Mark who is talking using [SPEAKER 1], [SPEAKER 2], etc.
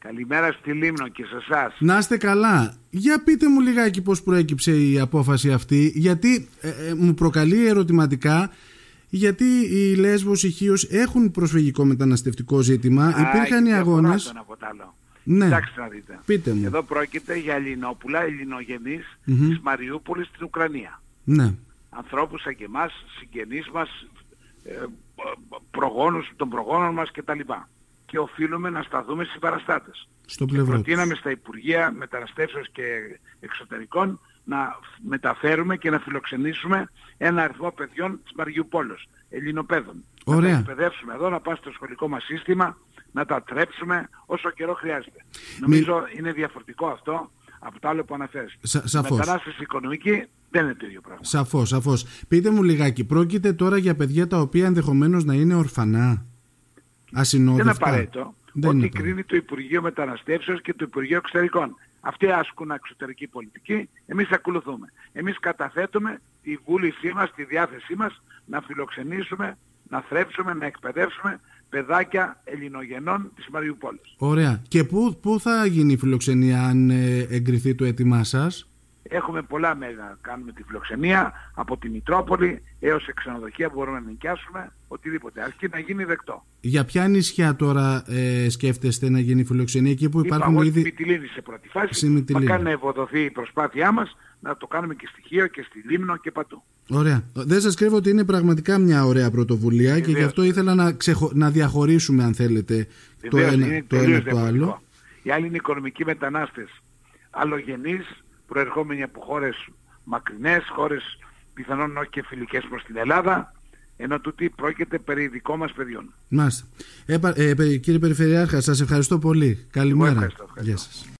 [SPEAKER 1] Καλημέρα στη Λίμνο και σε εσάς.
[SPEAKER 2] Να είστε καλά. Για πείτε μου λιγάκι πώς προέκυψε η απόφαση αυτή, γιατί ε, ε, μου προκαλεί ερωτηματικά γιατί οι Λέσβος, οι Χίος έχουν προσφυγικό μεταναστευτικό ζήτημα. Υπήρχαν οι αγώνες. Ναι.
[SPEAKER 1] Κοιτάξτε να δείτε.
[SPEAKER 2] Πείτε μου.
[SPEAKER 1] Εδώ πρόκειται για Ελληνόπουλα, Ελληνογενείς
[SPEAKER 2] Μμμ.
[SPEAKER 1] της Μαριούπολης στην Ουκρανία.
[SPEAKER 2] Ναι.
[SPEAKER 1] Ανθρώπους σαν και εμάς, συγγενείς μας, ε, προγόνους των προγόνων μας κτλ. Και οφείλουμε να σταθούμε στις παραστάτες.
[SPEAKER 2] Στο πλευρό τους.
[SPEAKER 1] Προτείναμε στα Υπουργεία Μεταναστεύσεως και Εξωτερικών να μεταφέρουμε και να φιλοξενήσουμε ένα αριθμό παιδιών της Μαριουπόλος, Ελληνοπαίδων. Να
[SPEAKER 2] Ωραία.
[SPEAKER 1] τα εκπαιδεύσουμε εδώ, να πάνε στο σχολικό μας σύστημα, να τα τρέψουμε όσο καιρό χρειάζεται. Νομίζω είναι διαφορετικό αυτό από το άλλο που αναφέρεις.
[SPEAKER 2] Σα- σαφώς.
[SPEAKER 1] Μετανάστευση οικονομική δεν είναι το ίδιο πράγμα.
[SPEAKER 2] Σαφώς, σαφώς. Πείτε μου λιγάκι, πρόκειται τώρα για παιδιά τα οποία ενδεχομένως να είναι ορφανά. Ασυνόδευτα.
[SPEAKER 1] δεν είναι απαραίτητο.
[SPEAKER 2] Δεν
[SPEAKER 1] ό,τι
[SPEAKER 2] είναι απαραίτητο.
[SPEAKER 1] κρίνει το Υπουργείο Μεταναστεύσεως και το Υπουργείο Εξωτερικών. Αυτοί ασκούν εξωτερική πολιτική, εμείς ακολουθούμε. Εμείς καταθέτουμε τη βούλησή μας, τη διάθεσή μας να φιλοξενήσουμε, να θρέψουμε, να εκπαιδεύσουμε παιδάκια ελληνογενών της Μαριουπόλης.
[SPEAKER 2] Ωραία. Και πού, πού θα γίνει η φιλοξενία αν ε, εγκριθεί το αίτημά σας.
[SPEAKER 1] Έχουμε πολλά μέρη να κάνουμε τη φιλοξενία, από τη Μητρόπολη έως σε ξενοδοχεία μπορούμε να νοικιάσουμε, οτιδήποτε, αρκεί να γίνει δεκτό.
[SPEAKER 2] Για ποια νησιά τώρα ε, σκέφτεστε να γίνει η φιλοξενία εκεί που
[SPEAKER 1] Είπα
[SPEAKER 2] υπάρχουν
[SPEAKER 1] εγώ στη
[SPEAKER 2] ήδη.
[SPEAKER 1] Μυτιλίνη σε πρώτη
[SPEAKER 2] Στη
[SPEAKER 1] φάση.
[SPEAKER 2] Μυτιλίνη.
[SPEAKER 1] Μακάρι να ευοδοθεί η προσπάθειά μας να το κάνουμε και στη Χίο και στη Λίμνο και παντού.
[SPEAKER 2] Ωραία. Δεν σας κρύβω ότι είναι πραγματικά μια ωραία πρωτοβουλία και γι' αυτό ήθελα να, ξεχω... να διαχωρίσουμε, αν θέλετε, το
[SPEAKER 1] Βεβαίως,
[SPEAKER 2] ένα,
[SPEAKER 1] είναι
[SPEAKER 2] το, ένα
[SPEAKER 1] τελείως
[SPEAKER 2] από το άλλο.
[SPEAKER 1] διαφορετικό. Οι άλλοι είναι οικονομικοί μετανάστες αλλογενείς, προερχόμενοι από χώρες μακρινές, χώρες πιθανόν όχι και φιλικές προς την Ελλάδα, ενώ τούτοι πρόκειται περί δικών μας παιδιών.
[SPEAKER 2] Μάλιστα. Ε, πα- ε, πε- κύριε Περιφερειάρχα, σας ευχαριστώ πολύ. Καλημέρα.
[SPEAKER 1] ευχαριστώ, ευχαριστώ.
[SPEAKER 2] Γεια σας.